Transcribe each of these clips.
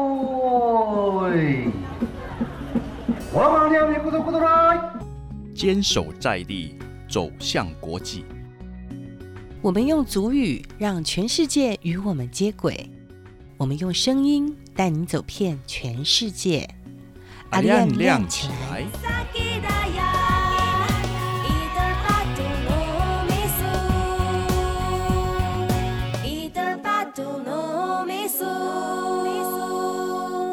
おーい我马娘你咕嘟咕嘟来。坚守在地，走向国际。我们用足语让全世界与我们接轨，我们用声音带你走遍全世界。阿啊亮亮亮亮起起来！ Sakidaya, either batu no misu, either batu no misu, misu.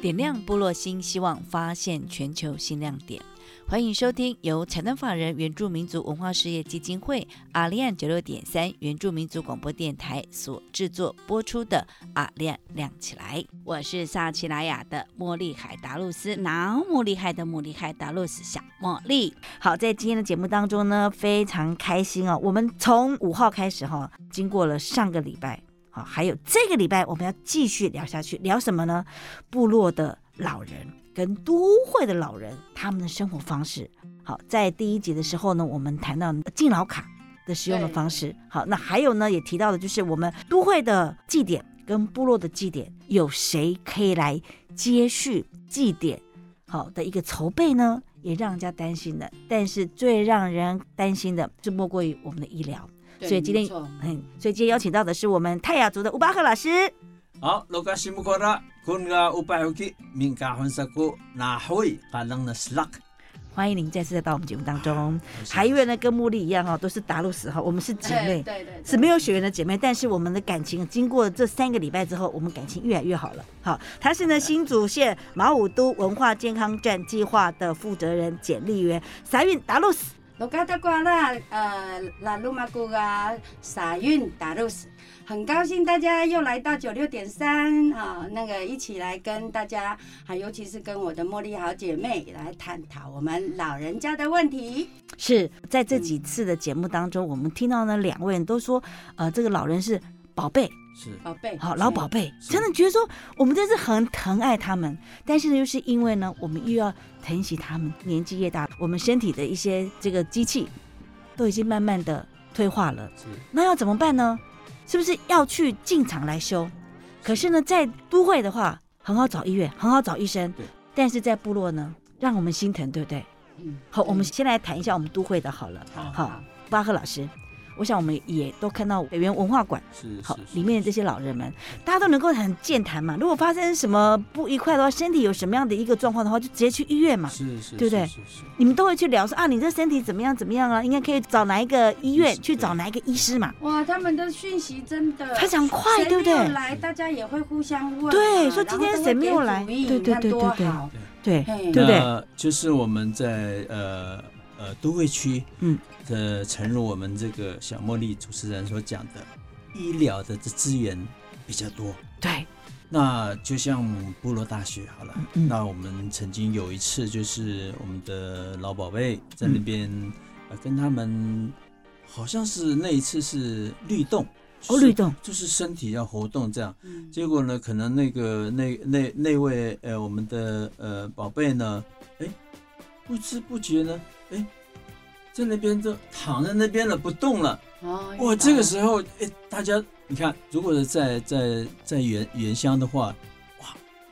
点亮部落新希望，发现全球新亮点。欢迎收听由财团法人原住民族文化事业基金会阿利安九六点三原住民族广播电台所制作播出的《阿利安亮起来》，我是萨奇莱雅的茉莉海达露斯，南茉莉海的茉莉海达露斯小茉莉。好，在今天的节目当中呢，非常开心哦，我们从五号开始哈、哦，经过了上个礼拜。好，还有这个礼拜我们要继续聊下去，聊什么呢？部落的老人跟都会的老人他们的生活方式。好，在第一集的时候呢，我们谈到敬老卡的使用的方式。好，那还有呢，也提到的就是我们都会的祭典跟部落的祭典，有谁可以来接续祭典？好的一个筹备呢，也让人家担心的。但是最让人担心的是莫过于我们的医疗。所以今天，嗯，所以今天邀请到的是我们泰雅族的乌巴赫老师。好，罗加西木过啦，昆个五百克，民家混色库拿会，可能的 slug，欢迎您再次来到我们节目当中。海月呢，跟茉莉一样哈、哦，都是达鲁斯哈、我们是姐妹，哎对对是没有血缘的姐妹，但是我们的感情经过这三个礼拜之后，我们感情越来越好了。好，她是呢新竹县马武都文化健康站计划的负责人简丽媛，撒运达鲁斯。罗嘎达瓜啦，呃，拉鲁玛古嘎傻运达鲁斯，很高兴大家又来到九六点三啊，那个一起来跟大家，啊，尤其是跟我的茉莉好姐妹来探讨我们老人家的问题。是在这几次的节目当中，我们听到呢两位人都说，呃，这个老人是宝贝，是宝贝，好老宝贝，是真的觉得说我们真是很疼爱他们，但是呢，又是因为呢，我们又要疼惜他们，年纪越大，我们身体的一些这个机器都已经慢慢的退化了，是那要怎么办呢？是不是要去进厂来修？可是呢，在都会的话，很好找医院，很好找医生对，但是在部落呢，让我们心疼，对不对？嗯，好，我们先来谈一下我们都会的好了。好好，巴赫老师，我想我们也都看到北园文化馆。是好是，是里面的这些老人们，大家都能够很健谈嘛。如果发生什么不愉快的话，身体有什么样的一个状况的话，就直接去医院嘛。是是，对不对是是是你们都会去聊说啊，你这身体怎么样怎么样啊？应该可以找哪一个医院医师去找哪一个医师嘛？哇，他们的讯息真的非常快，对不谁没有对？来，大家也会互相问啊，对说然今后天都会谁没给有主来意对对那对多对对好对嘿对不对？那就是我们在呃呃都会区，嗯，呃，诚如我们这个小茉莉主持人所讲的，医疗的这资源比较多，对，那就像部落大学好了，嗯那我们曾经有一次，就是我们的老宝贝在那边，嗯呃，跟他们好像是那一次是律动，哦，就是律，动，就是身体要活动这样。嗯结果呢，可能那个那那那位呃我们的呃宝贝呢，哎，不知不觉呢，哎，在那边就躺在那边了，不动了。哦哇，这个时候，哎，大家你看，如果是在在在原原乡的话，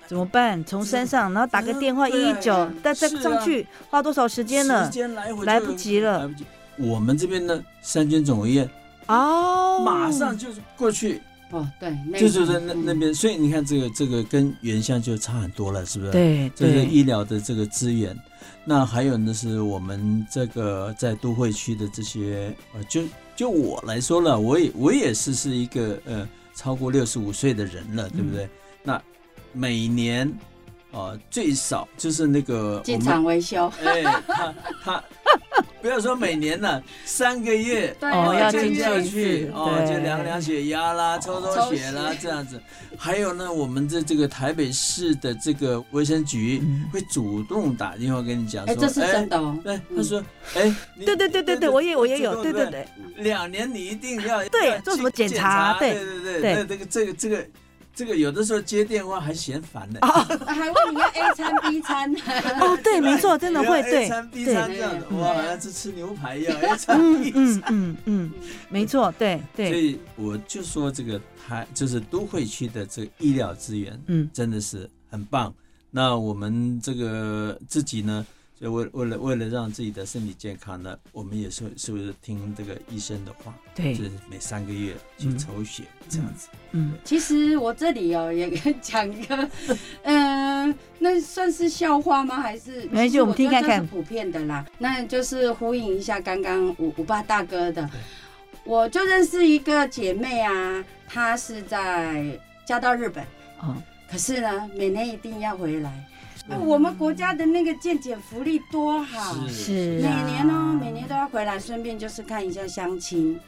怎么办？从山上，然后打个电话一对一九，再再是啊上去，花多少时间呢时？间来回就来不及了来不及。我们这边呢，三军总医院哦，马上就是过去，哦，对，那就是个在那嗯那边，所以你看这个这个跟原乡就差很多了，是不是？，对这是对，医疗的这个资源。那还有呢，是我们这个在都会区的这些，呃，就就我来说了，我也我也是是一个呃超过六十五岁的人了，对不对？那每年，呃，最少就是那个我进们厂维修，哦哎，他他不要说每年了，三个月对哦哦要进进去校一去次哦，对就量量血压 啦，抽抽抽血啦血这样子。还有呢，我们的这个台北市的这个卫生局嗯会主动打电话跟你讲哎，这是说，真。的哦。 对，他说，哎，嗯你对对对对对，我也我也有，对对对，对，两年你一定要对要做什去么检查查，对对对对对，那这个这个这个这个有的时候接电话还嫌烦呢。啊还问你要 A 餐 B 餐， 哦，对，没错，真的你要会 A 对餐 B 对餐这样的，对哇，好像是吃牛排一样 A 餐 嗯 B 餐。嗯嗯嗯，没错，对所对，以我就说这个台就是都会区的这个医疗资源嗯真的是很棒。那我们这个自己呢，就为为了为了让自己的身体健康呢，我们也是是不是听这个医生的话，就对是，每三个月去嗯抽血、这样子。嗯其实我这里哦也跟讲一个， 嗯、那算是笑话吗？还是？没关系其实我们听觉得看看这是普遍的啦，那就是呼应一下刚刚五五八大哥的，我就认识一个姐妹啊，她是在嫁到日本，哦，可是呢，每年一定要回来。那我们国家的那个健检福利多好，嗯是每年哦啊，每年都要回来，顺便就是看一下相亲，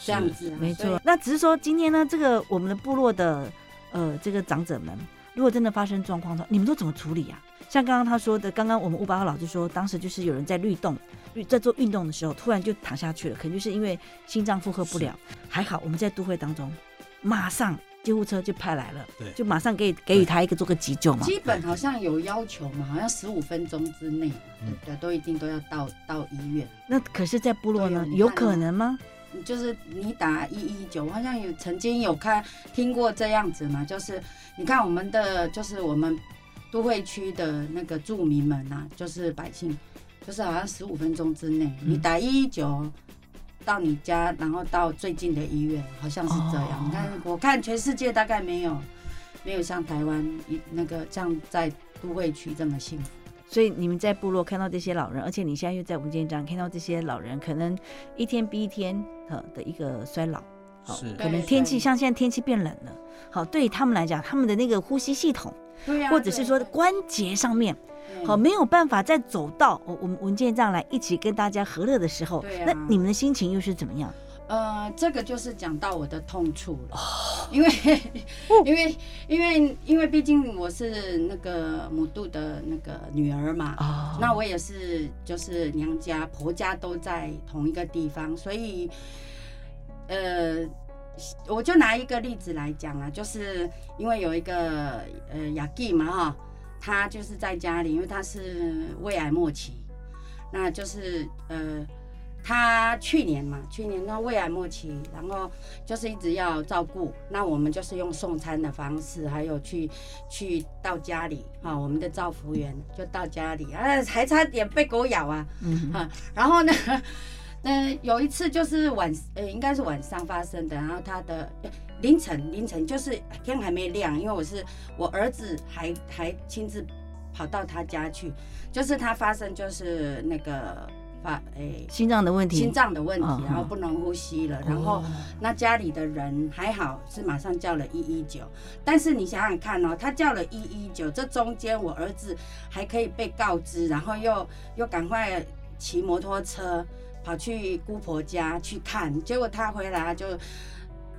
这样子啊。没所以错。嗯那只是说今天呢，这个我们的部落的呃这个长者们，如果真的发生状况的话，你们都怎么处理啊？像刚刚他说的，刚刚我们吴八号老师说，当时就是有人在律动，律在做运动的时候，突然就躺下去了，可能就是因为心脏负荷不了。还好我们在都会当中，马上救护车就派来了，对就马上给给予他一个做个急救嘛。基本好像有要求嘛，好像十五分钟之内，对不对？都一定都要到到医院。那可是，在部落呢对啊，你有看可能吗？就是你打一一九，好像有曾经有看听过这样子嘛，就是你看我们的就是我们都会区的那个住民们啊，就是百姓，就是好像十五分钟之内，嗯你打一一九到你家，然后到最近的医院，好像是这哦样。你看，我看全世界大概没有没有像台湾一那个像在都会区这么幸福。所以你们在部落看到这些老人，而且你现在又在我们建章看到这些老人，可能一天比一天呃的一个衰老，好是可能对天气对像现在天气变冷了，好，对于他们来讲，他们的那个呼吸系统，对啊呀或者是说关节上面，好没有办法再走到我我们文件上来一起跟大家和乐的时候，对那啊你们的心情又是怎么样？呃，这个就是讲到我的痛处了，因为因为因为因为毕竟我是那个母肚的那个女儿嘛，哦那我也是就是娘家婆家都在同一个地方，所以呃，我就拿一个例子来讲啊，就是因为有一个呃雅弟嘛哈，他就是在家里，因为他是胃癌末期，那就是呃。他去年嘛，去年那胃癌末期，然后就是一直要照顾，那我们就是用送餐的方式，还有去去到家里啊，我们的照服员就到家里啊，还差点被狗咬啊，嗯哼啊，然后呢， 嗯，有一次就是晚，呃，应该是晚上发生的，然后他的呃凌晨凌晨就是天还没亮，因为我是我儿子还还亲自跑到他家去，就是他发生就是那个发诶、心脏的问题，心脏的问题嗯，然后不能呼吸了，然后哦那家里的人还好是马上叫了一一九，但是你想想看哦，他叫了一一九，这中间我儿子还可以被告知，然后又又赶快骑摩托车跑去姑婆家去看，结果他回来就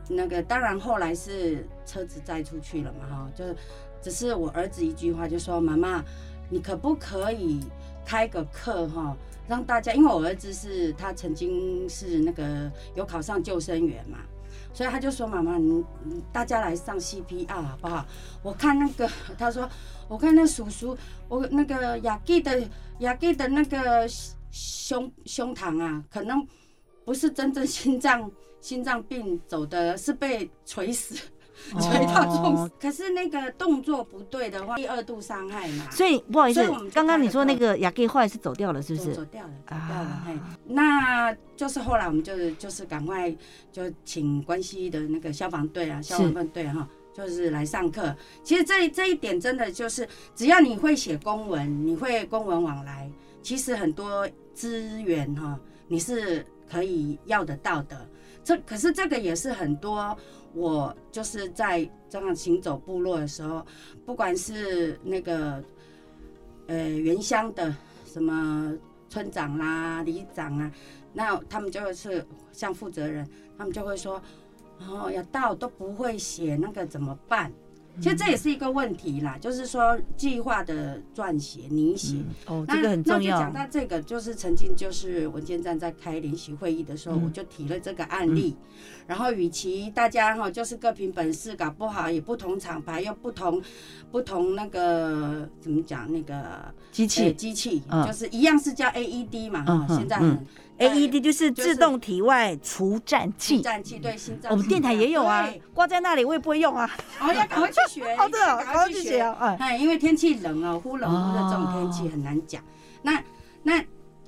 那个，当然后来是车子载出去了嘛，哈，就是只是我儿子一句话就说妈妈，你可不可以开个课哈，让大家，因为我儿子是他曾经是那个有考上救生员嘛，所以他就说妈妈，你你大家来上 CPR 好不好？我看那个， 他说我看那叔叔，我那个雅弟的雅弟的那个胸胸膛啊，可能不是真正心脏心脏病走的，是被锤死。 锤到中哦死，可是那个动作不对的话，第二度伤害嘛。所以不好意思所以我们，就刚刚你说开了那个雅各后来是走掉了，是不走走是？掉了，走啊掉了。嘿，那就是后来我们就是就是赶快就请关西的那个消防队啊，消防队哈、就是来上课。其实这这一点真的就是，只要你会写公文，你会公文往来，其实很多资源哈、你是可以要得到的。这可是这个也是很多我就是在这样行走部落的时候，不管是那个呃原乡的什么村长啦、里长啊，那他们就是像负责人，他们就会说，哦，要到都不会写那个怎么办？其实这也是一个问题啦，就是说计划的撰写、拟写，哦，那这个很重要那就讲。到这个，就是曾经就是文件站在开联席会议的时候，嗯我就提了这个案例。然后，与其大家哈、就是各凭本事，搞不好也不同厂牌，又不同不同那个怎么讲那个机呃器机器，嗯就是一样是叫 AED 嘛哈、嗯哼现在嗯很 AED 就是就是自动体外除颤器心，脏器对心脏，我们电台也有啊对，挂在那里我也不会用啊。哦，要赶快去学， 好的，一定要赶快去学啊！哎，哎，因为天气冷哦，忽冷忽热这种天气很难讲。那那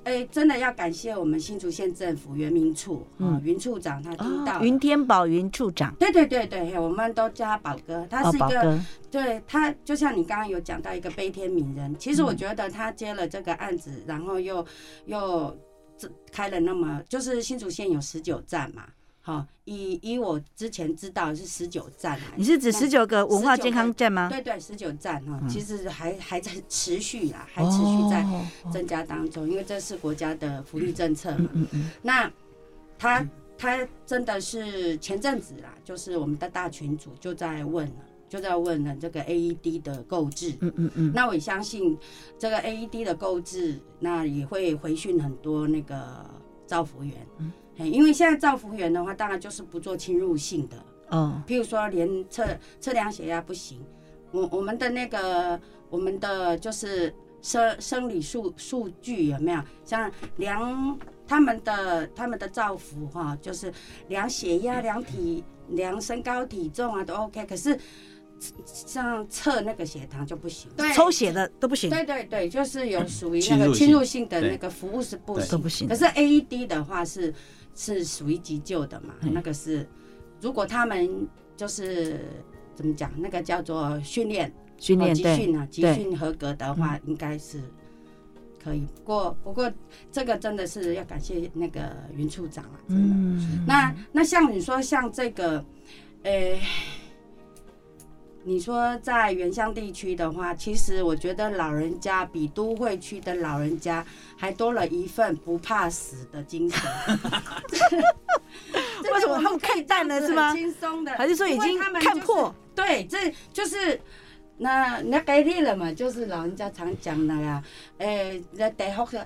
哎，真的要感谢我们新竹县政府原民处啊嗯，云处长他听到哦了。云天宝云处长，对对对对，嘿我们都叫他宝哥，他哦是一宝个，哥，对他就像你刚刚有讲到一个悲天悯人，其实我嗯觉得他接了这个案子，然后又又这开了那么，就是新竹县有十九站嘛，好，以以我之前知道是十九站来你是指那十九个文化健康站吗？对对，十九站哈、嗯其实还还在持续啦，还持续在哦增加当中，因为这是国家的福利政策嘛嗯。嗯嗯，那他他真的是前阵子啦，就是我们的大群组就在问了，就在问了这个 AED 的购置。嗯嗯嗯，那我也相信这个 AED 的购置，那也会回训很多那个造福员。嗯嘿因为现在造福员的话，当然就是不做侵入性的，哦，譬如说连测测量血压不行，我我们的那个我们的就是生生理数数据有没有像量他们的他们的造福哈、就是量血压、量体、量身高体重啊都 OK，可是像测那个血糖就不行，对抽血的都不行，对对对，就是有属于嗯侵那入个性侵入性的对那个服务是不对行都不行可是 AED 的话是是属于急救的嘛，嗯那个是如果他们就是怎么讲，那个叫做训练训哦练集对，训啊，集对嗯训合格的话应该是。可以，不过不过这个真的是要感谢那个云处长啊，真的。嗯，那那像你说像这个，呃，你说在原乡地区的话，其实我觉得老人家比都会区的老人家还多了一份不怕死的 精神。这为什么他们看淡了是吗轻松的，还是说已因为经他们看就是破？对，这就是那那给力了嘛，就是老人家常讲的啦，诶、那大福啊，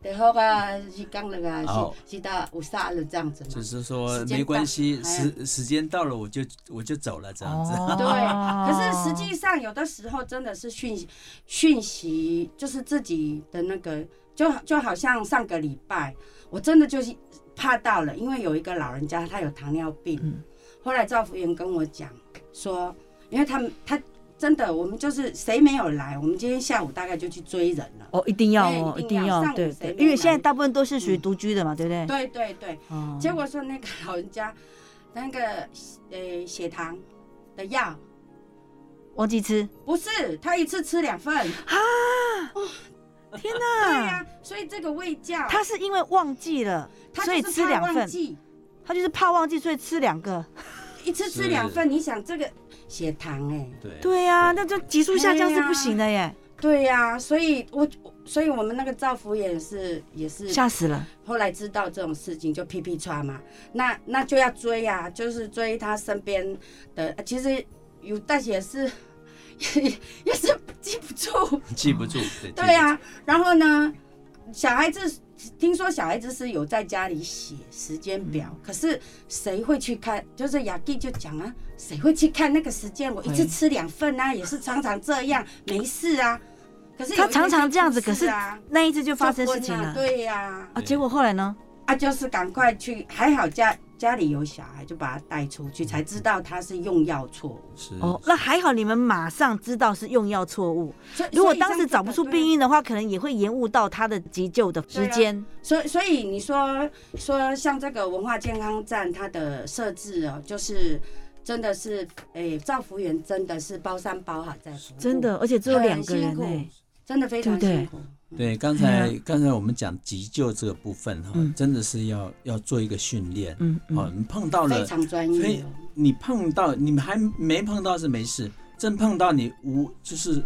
大福啊，是讲那个哦是是到有杀了这样子就嘛。是说时间没关到系，哎时时间到了我就我就走了这样子。哦对，可是实际上有的时候真的是讯息讯息，就是自己的那个，就就好像上个礼拜，我真的就是怕到了，因为有一个老人家他有糖尿病，嗯后来赵福员跟我讲说，因为他们他真的我们就是谁没有来，我们今天下午大概就去追人了。哦，一定要哦，对一一定定要要上午对对，谁没因为现在来大部分都是属于独居的嘛，对不对？对对对，哎哦结果说那个老人家那个呃血糖的药忘记吃，不是他一次吃两份。啊天对哪！呀、所以这个胃教，啊他是因为忘记了，他所以就是吃怕两忘份记，他就是怕忘记，所以吃两个。一次吃是两份，你想这个血糖 哎、欸对对呀，那就急速下降是哎呀不行的耶，对呀、所以我所以我们那个赵福也是也是吓死了。后来知道这种事情就屁屁穿嘛，那那就要追呀、就是追他身边的，呃其实有但是也是 也也是记不住，记不住，对对啊呀、然后呢，小孩子听说小孩子是有在家里写时间表，嗯可是谁会去看？就是雅弟就讲啊，谁会去看那个时间？我一次吃两份啊，也是常常这样，没事啊。可是有嗯一天他常常这样子就出事啊那一次就发生事情就昏了啊对呀、啊，啊！结果后来呢？就是赶快去，还好家家里有小孩，就把他带出嗯去，才知道他是用药错误。是哦，那还好你们马上知道是用药错误。所以如所果以当像时这找个不出对啊病因的话，可能也会延误到他的急救的时间。所以，所以你说说像这个文化健康站，它的设置哦，就是真的是，诶、造福员真的是包山包海在服务，真的，而且只有两个人很辛苦哎，真的非常对不对辛苦。对，刚才刚才我们讲急救这个部分哈嗯，真的是要要做一个训练。嗯哦，嗯，你碰到非了，常专所业以哦，你碰到你们还没碰到是没事，真碰到你无就是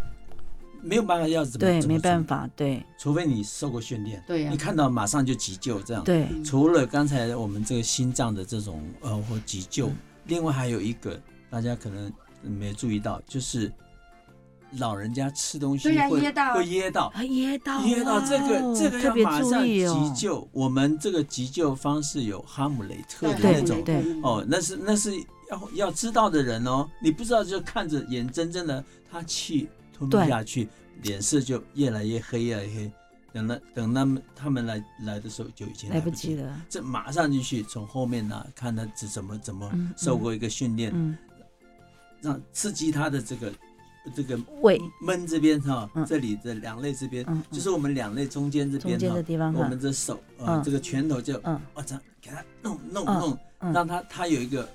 没有办法要怎么对，怎么没办处法，对理，除非你受过训练，对呀、你看到马上就急救这样。对，嗯除了刚才我们这个心脏的这种呃或急救，另外还有一个大家可能没注意到，就是老人家吃东西对呀会噎到啊会噎到，啊，噎到了，噎到这个这个哦特要别马注上意哦，急救。我们这个急救方式有哈姆雷特的对那种对哦，那是那是要要知道的人哦，你不知道就看着眼睁睁的他气吞不对下去，脸色就越来越黑，越来越黑。等了等他们他们来来的时候就已经来不不及了。了，这马上进去从后面呢、看他怎怎么怎么嗯受过一个训练，嗯，让刺激他的这个这个胃闷这边哈、嗯这里的两肋这边，嗯嗯就是我们两肋中间这中边间哈的，地方我哈们，的手呃、嗯这个拳头就嗯我这样给他弄弄嗯弄，嗯让他他有一个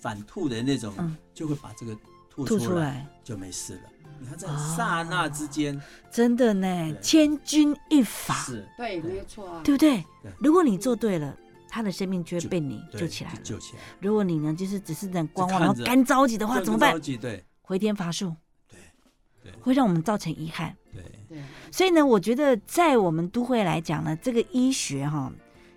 反吐的那种，嗯就会把这个吐吐出出来来，就没事了。你看，在哦刹那之间、真的呢，对千钧一发，是对，没有错啊。对不对对？如果你做对了，他的生命就会被你对救起来了就。救起来了，如果你呢，就是只是在观望，然后就看着干着急的话，就怎么着办？急对回天乏术，对对会让我们造成遗憾。对，对，所以呢，我觉得在我们都会来讲呢，这个医学哈、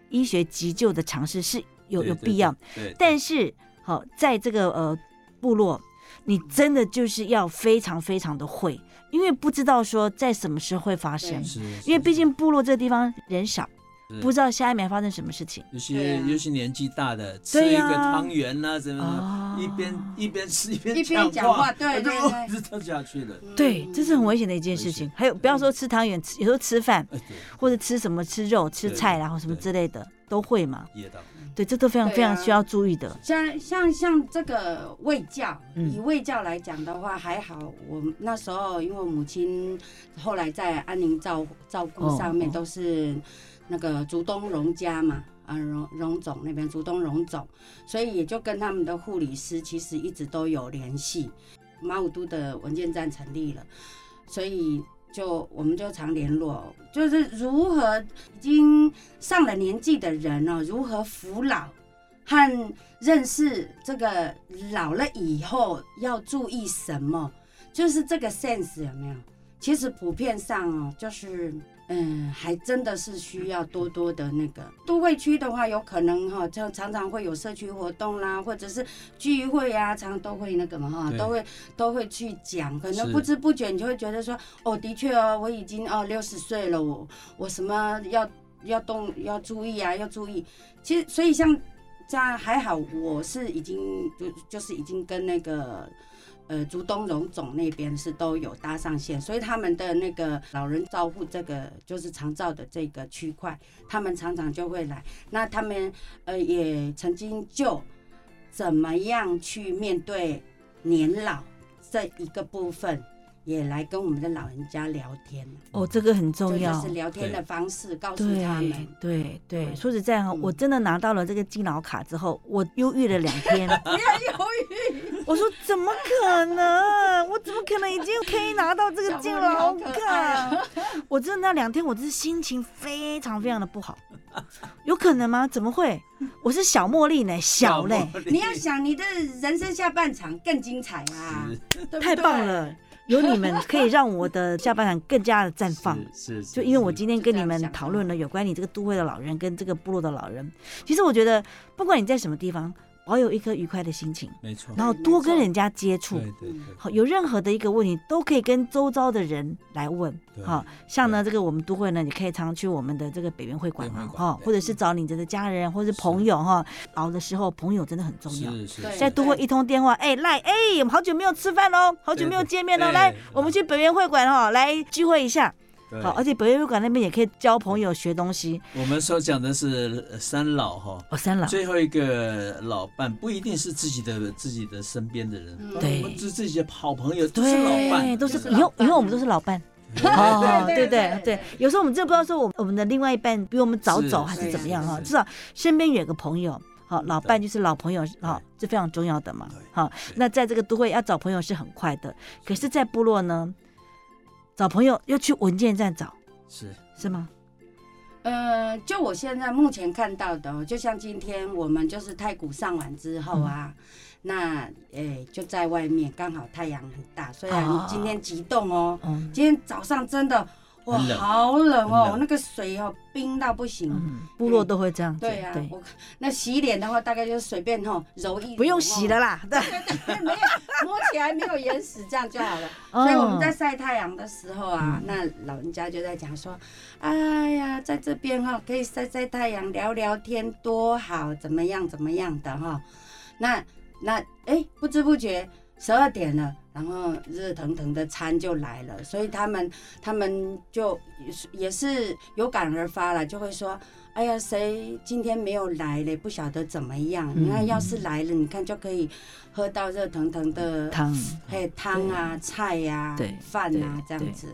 医学急救的尝试是有对有对必要，对，对但是好、在这个呃部落，你真的就是要非常非常的会，因为不知道说在什么时候会发生对，是因为是毕竟部落这地方人少，是不知道下一秒发生什么事情。有对些啊有些年纪大的吃对一呀个汤圆呐、什么的，哦一边一边吃一一边边讲话，话对对他就 对一直跳下去了。嗯对，这是很危险的一件危事险情。还有，不要说吃汤圆，吃有时候吃饭哎，对，或者吃什么吃肉、吃对菜啦，然后什么对之类的都会嘛。噎到，对，这都非常对啊非常需要注意的。像像像这个卫教，嗯以卫教来讲的话，还好。我那时候因为我母亲后来在安宁照照顾上面哦哦都是那个竹东荣家嘛，啊荣荣总那边竹东荣总，所以也就跟他们的护理师其实一直都有联系。马武都的文件站成立了，所以就我们就常联络，就是如何已经上了年纪的人哦，如何扶老和认识这个老了以后要注意什么，就是这个 sense 有没有？其实普遍上哦，就是嗯，还真的是需要多多的那个都会区的话，有可能哈、就常常会有社区活动啦，或者是聚会啊，常都会那个嘛哈、对都会都会去讲，可能是不知不觉你就会觉得说，哦，的确哦，我已经哦六十岁了，我我什么要要动要注意啊，要注意。其实所以像这样还好，我是已经就就是已经跟那个呃竹东荣总那边是都有搭上线，所以他们的那个老人照护这个就是长照的这个区块，他们常常就会来。那他们呃也曾经就怎么样去面对年老这一个部分。也来跟我们的老人家聊天，哦，这个很这重就要是。聊天的方式，告诉对啊他们。对对，嗯说实在哈，我嗯真的拿到了这个敬老卡之后，我忧郁了两天。不要犹豫， 我说怎么可能？我怎么可能已经可以拿到这个敬老小朋友好可爱卡啊？我真的那两天我真是心情非常非常的不好，有可能吗？怎么会？我是小茉莉呢，小嘞，茉莉 你要想你的人生下半场更精彩啊！对不对太棒，了！有你们可以让我的下半场更加的绽放。是，是是就因为我今天跟你就这样们想讨论了有关你这个都会的老人跟这个部落的老人，其实我觉得不管你在什么地方，保有一颗愉快的心情，没错，然后没多跟错人家接触嗯对。对对，好，有任何的一个问题都可以跟周遭的人来问。对好，像呢，对这个我们都会呢，你可以常去我们的这个北边会馆嘛北边，会馆哈，对嗯或者是找你的家人或者是朋友哈。熬的时候，朋友真的很重要。是是，对是现在都会一通电话，哎赖哎，我们好久没有吃饭喽，好久没有见面喽，对对来对，我们去北边会馆哈，来聚会一下。对好，而且北边会馆那边也可以交朋友、学东西。我们所讲的是呃三老哈。哦，三老，最后一个老伴不一定是自己的自己的身边的嗯人，对我们是自己的好朋友，都是老对，伴，都是就是以后老以伴后我们都是老伴。对哦，对对对对对对，有时候我们真的不知道说我们我们的另外一半比我们早是走还是是怎么样哈，是是嗯至少身边有个朋友。好，老伴对就是老朋友，好，这非常重要的嘛对。好，对那在这个都会要找朋友是很快的，可是，在部落呢，找朋友要去文件站找，是是吗？呃，就我现在目前看到的、哦，就像今天我们就是太古上完之后啊，嗯那诶、就在外面，刚好太阳很大，虽然哦今天极冻哦，嗯，今天早上真的哇，很冷好冷很哦，冷那个水哦冰到不行。嗯，部落都会这样子，对呀、啊，我那洗脸的话，大概就是随便吼揉一揉，不用洗了啦，对，哦， 没有摸起来没有眼屎，这样就好了。嗯所以我们在晒太阳的时候啊，那老人家就在讲说，哎呀，在这边哈、可以晒晒太阳，聊聊天多好，怎么样怎么样的哈、那那哎、不知不觉十二点了。然后热腾腾的餐就来了，所以他们他们就也是也是有感而发了，就会说：“哎呀，谁今天没有来嘞？不晓得怎么样。你看，要是来了，你看就可以喝到热腾腾的汤嘿，汤啊、菜嗯呀、对饭啊对这样子。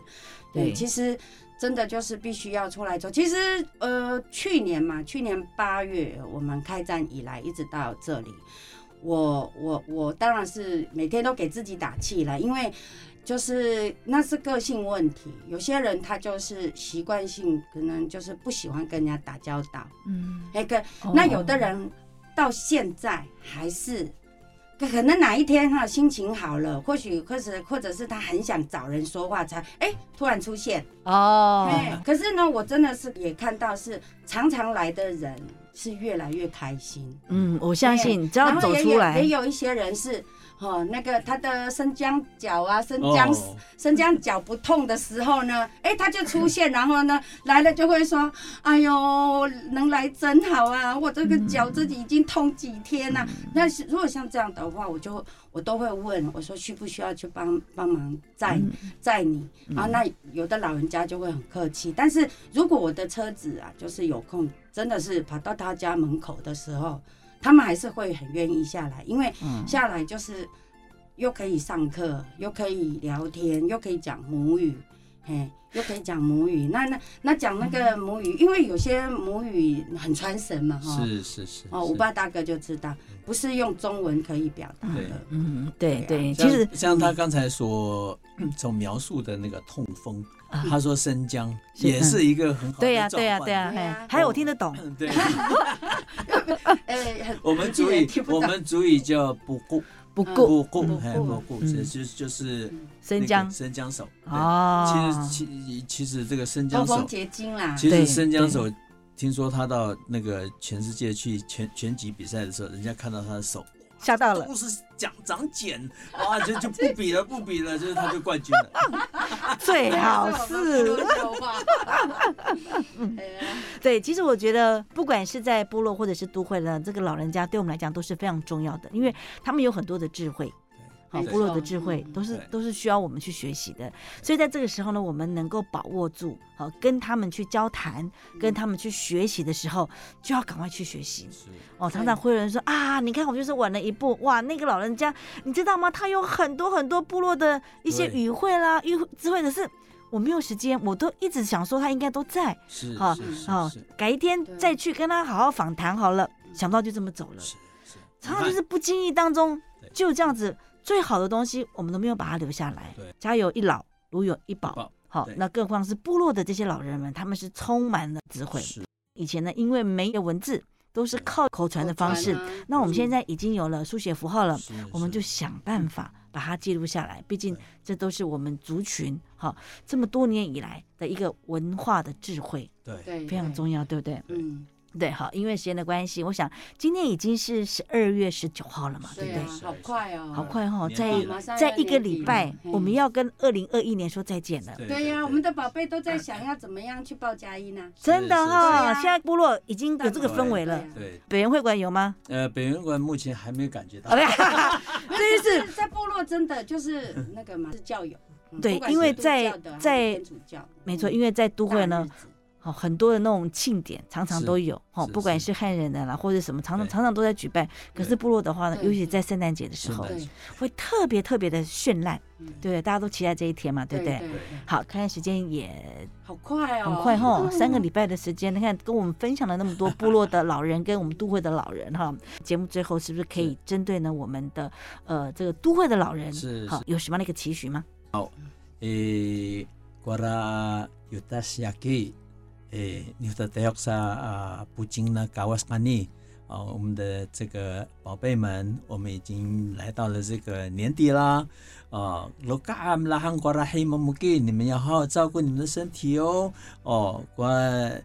对对，对其实真的就是必须要出来走。其实呃，去年嘛，去年八月我们开战以来，一直到这里，我我我当然是每天都给自己打气了，因为。就是那是个性问题，有些人他就是习惯性，可能就是不喜欢跟人家打交道。嗯，哎，跟那有的人到现在还是，可能哪一天哈、心情好了，或许或者或者是他很想找人说话才，哎突然出现。哦，哎、可是呢，我真的是也看到是常常来的人是越来越开心。嗯，我相信只然要后走也出有来也，有一些人是。哦，那个他的生姜脚啊，生姜、哦，生姜脚不痛的时候呢，哎，他就出现，然后呢，来了就会说，哎呦，能来真好啊，我这个脚自己已经痛几天了、那是如果像这样的话，我就我都会问，我说需不需要去帮帮忙载载你啊？那有的老人家就会很客气，但是如果我的车子啊，就是有空，真的是跑到他家门口的时候，他们还是会很愿意下来，因为嗯下来就是又可以上课，又可以聊天，又可以讲母语，嘿，又可以讲母语。那那那讲那个母语，因为有些母语很传神嘛，哈。嗯是是是，哦，是五爸大哥就知道，不是用中文可以表达对的。嗯，对对，像其实像他刚才所所描述的那个痛风，他说生姜是也是一个很啊好的对呀召对呀唤对 呀，对啊嘿还有我听得懂，对，哎，很我们主也语听不嗯我懂们主语叫不顾不嗯顾不顾不哎顾不顾，嗯是就就是那生个姜生姜手对哦，其实其其实这个生痛姜风手，结晶啦。其对实生姜手，听说他到那个全世界去拳拳击比赛的时候，人家看到他的手吓到了 都，是长长茧，哇，就就不比了不比 了，就是他就冠军了。最好是。 哎呀对，其实我觉得，不管是在部落或者是都会呢，这个老人家对我们来讲都是非常重要的，因为他们有很多的智慧，好没部落错的智慧嗯都是对都是需要我们去学习的。所以在这个时候呢，我们能够把握住，好跟他们去交谈，嗯跟他们去学习的时候，就要赶快去学习。是哦，常常会有人说啊，你看我就是晚了一步，哇，那个老人家，你知道吗？他有很多很多部落的一些对语汇啦、语智慧，可是我没有时间，我都一直想说他应该都在。是好是是哦是，改一天对再去跟他好好访谈好了。想不到就这么走了，是是，常常就是不经意当中对就这样子，最好的东西我们都没有把它留下来对。家有一老，如有一宝宝。好对，那更何况是部落的这些老人们，他们是充满了智你慧看。是以前呢，因为没有文字，都是靠口传的方式口传啊。那我们现在已经有了书写符号了，是，我们就是想办法把它记录下来。毕竟对这都是我们族群哈这么多年以来的一个文化的智慧，对对，非常重要，对不对？要。嗯，对，好，因为时间的关系，我想今天已经是十二月十九号了嘛，对对不啊对？，好快哦，好快哈、哦，年底在了在一个礼拜，我们要。要跟二零二一年说再见了。对呀、我们的宝贝都在想要怎么样去报佳音啊呢、真的哈、是是现在部落已经有这个氛围对了啊。对北园会馆有 吗？呃，北园馆目前还没有感觉到哎，呀， 这就是在部落真的就是那个嘛，是教友。嗯对不管是因为基督在教的还是在天主教，没错，嗯因为在都会呢，，大日子哦，很多的那种庆典常常是都有哦，是不管是是汉人的啦或者什么，常常对常常都在举办。可是对部落的话呢，对尤其在圣诞节的时是候，的，对会特别特别的绚烂，嗯对不对？大家都期待这一天嘛，对不对对？好，看看时间也好快哦，很快哈、嗯三个礼拜的时间，你看跟我们分享了那么多部落的老人跟我们都会的老人哈，节目最后是不是可以针对呢我们的呃这个都会的老人是好是有什么样的一个期许吗？诶，瓜拉有达西亚给，诶，你的大学生啊，不仅呢，搞我斯尼，啊，我们的这个宝贝们，我们已经来到了这个年底啦，啊 l o k a m la hang a h i m g 你们要好好照顾你们的身体哦，哦，关。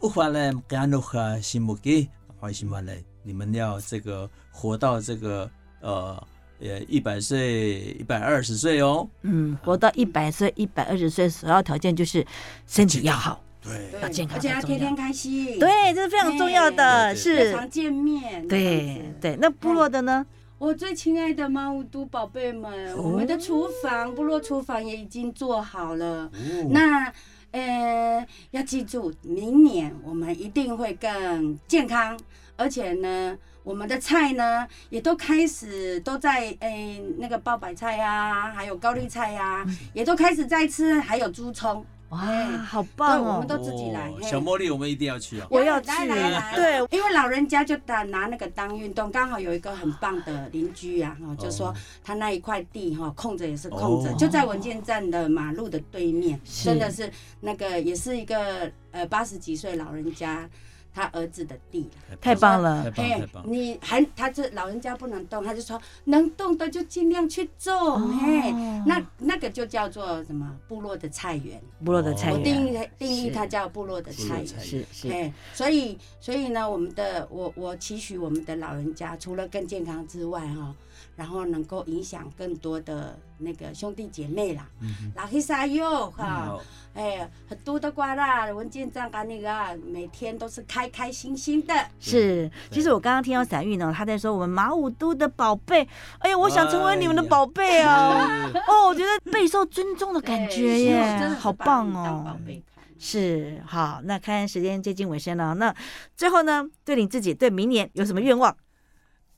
乌花嘞，甘努哈西木给，欢喜嘛嘞！你们要这个活到这个呃呃一百岁、一百二十岁哦。嗯，活到一百岁、一百二十岁，首要条件就是身体要好。对对要健康而且要很重要天天开心，，对，这是非常重要的，对要是，常见面，这对样子。对。那部落的呢？我最亲爱的猫都宝贝们，哦我们的厨房部落厨房也已经做好了。嗯那呃，要记住，明年我们一定会更健康，而且呢，我们的菜呢也都开始都在诶、那个爆白菜啊，还有高丽菜啊，嗯也都开始在吃，还有猪葱，哇，哎好棒对我们哦！都自己来哦嘿小茉莉，我们一定要去哦。我要去来来来，对，因为老人家就打拿那个当运动，刚好有一个很棒的邻居啊，哈，就说他那一块地哈空着也是空着哦，就在文件站的马路的对面，是真的是那个也是一个呃八十几岁老人家他儿子的地，啊太棒了太。棒太棒！你还他这老人家不能动，他就说能动的就尽量去种，嘿，哦那那个就叫做什么部落的菜园，部落的菜哦我定园义定义啊是它叫部落的部落菜园菜。是是，哎，所以所以呢，我们的我我期许我们的老人家，除了更健康之外哈、哦，然后能够影响更多的那个兄弟姐妹啦，嗯老黑沙哟哈，好，哎，很多的瓜啦，文件站干那个啊，每天都是开开心心的，是，其实我刚刚听到散玉呢，他在说我们马武都的宝贝，哎呀，我想成为你们的宝贝啊！是哦，我觉得备受尊重的感觉耶哎真的，是好把棒你当宝哦！贝看是，好，那看时间接近尾声了，那最后呢，对你自己对明年有什么愿望？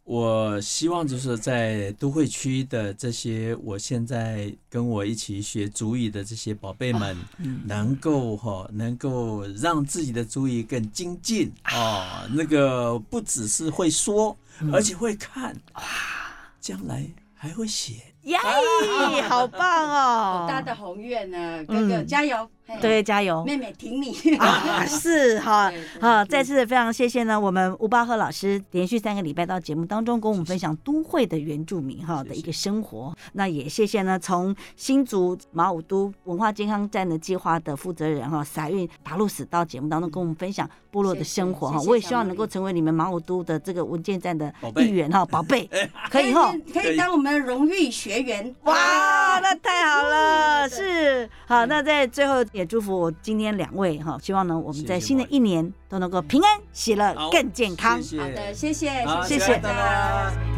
我希望就是在都会区的这些，我现在跟我一起学主语的这些宝贝们，能够哈，能够让自己的主语更精进哦。那个不只是会说，而且会看，将来还会写。耶，啊好棒哦！好大的宏愿呢，哥哥嗯加油，嘿，对，加油！妹妹挺你，啊，是哈 对对好，对再次非常谢谢呢，我们吴巴赫老师连续三个礼拜到节目当中跟我们分享都会的原住民哈谢的一个生活。那也谢谢呢，从新竹马武都文化健康站的计划的负责人哈撒运达路死到节目当中跟我们分享部落的嗯谢谢生活哈谢，谢我也小希望玛能够丽成为你们马武都的这个文件站的宝贝一员哈，宝贝，哎可以哈。可以当我们荣誉学员，哎哇，那太好了，嗯对是好。那在最后也祝福我今天两位哈，希望呢我们在谢谢新的一年都能够平安、喜乐、好更健康。谢谢好的，谢谢，好谢谢谢谢大家。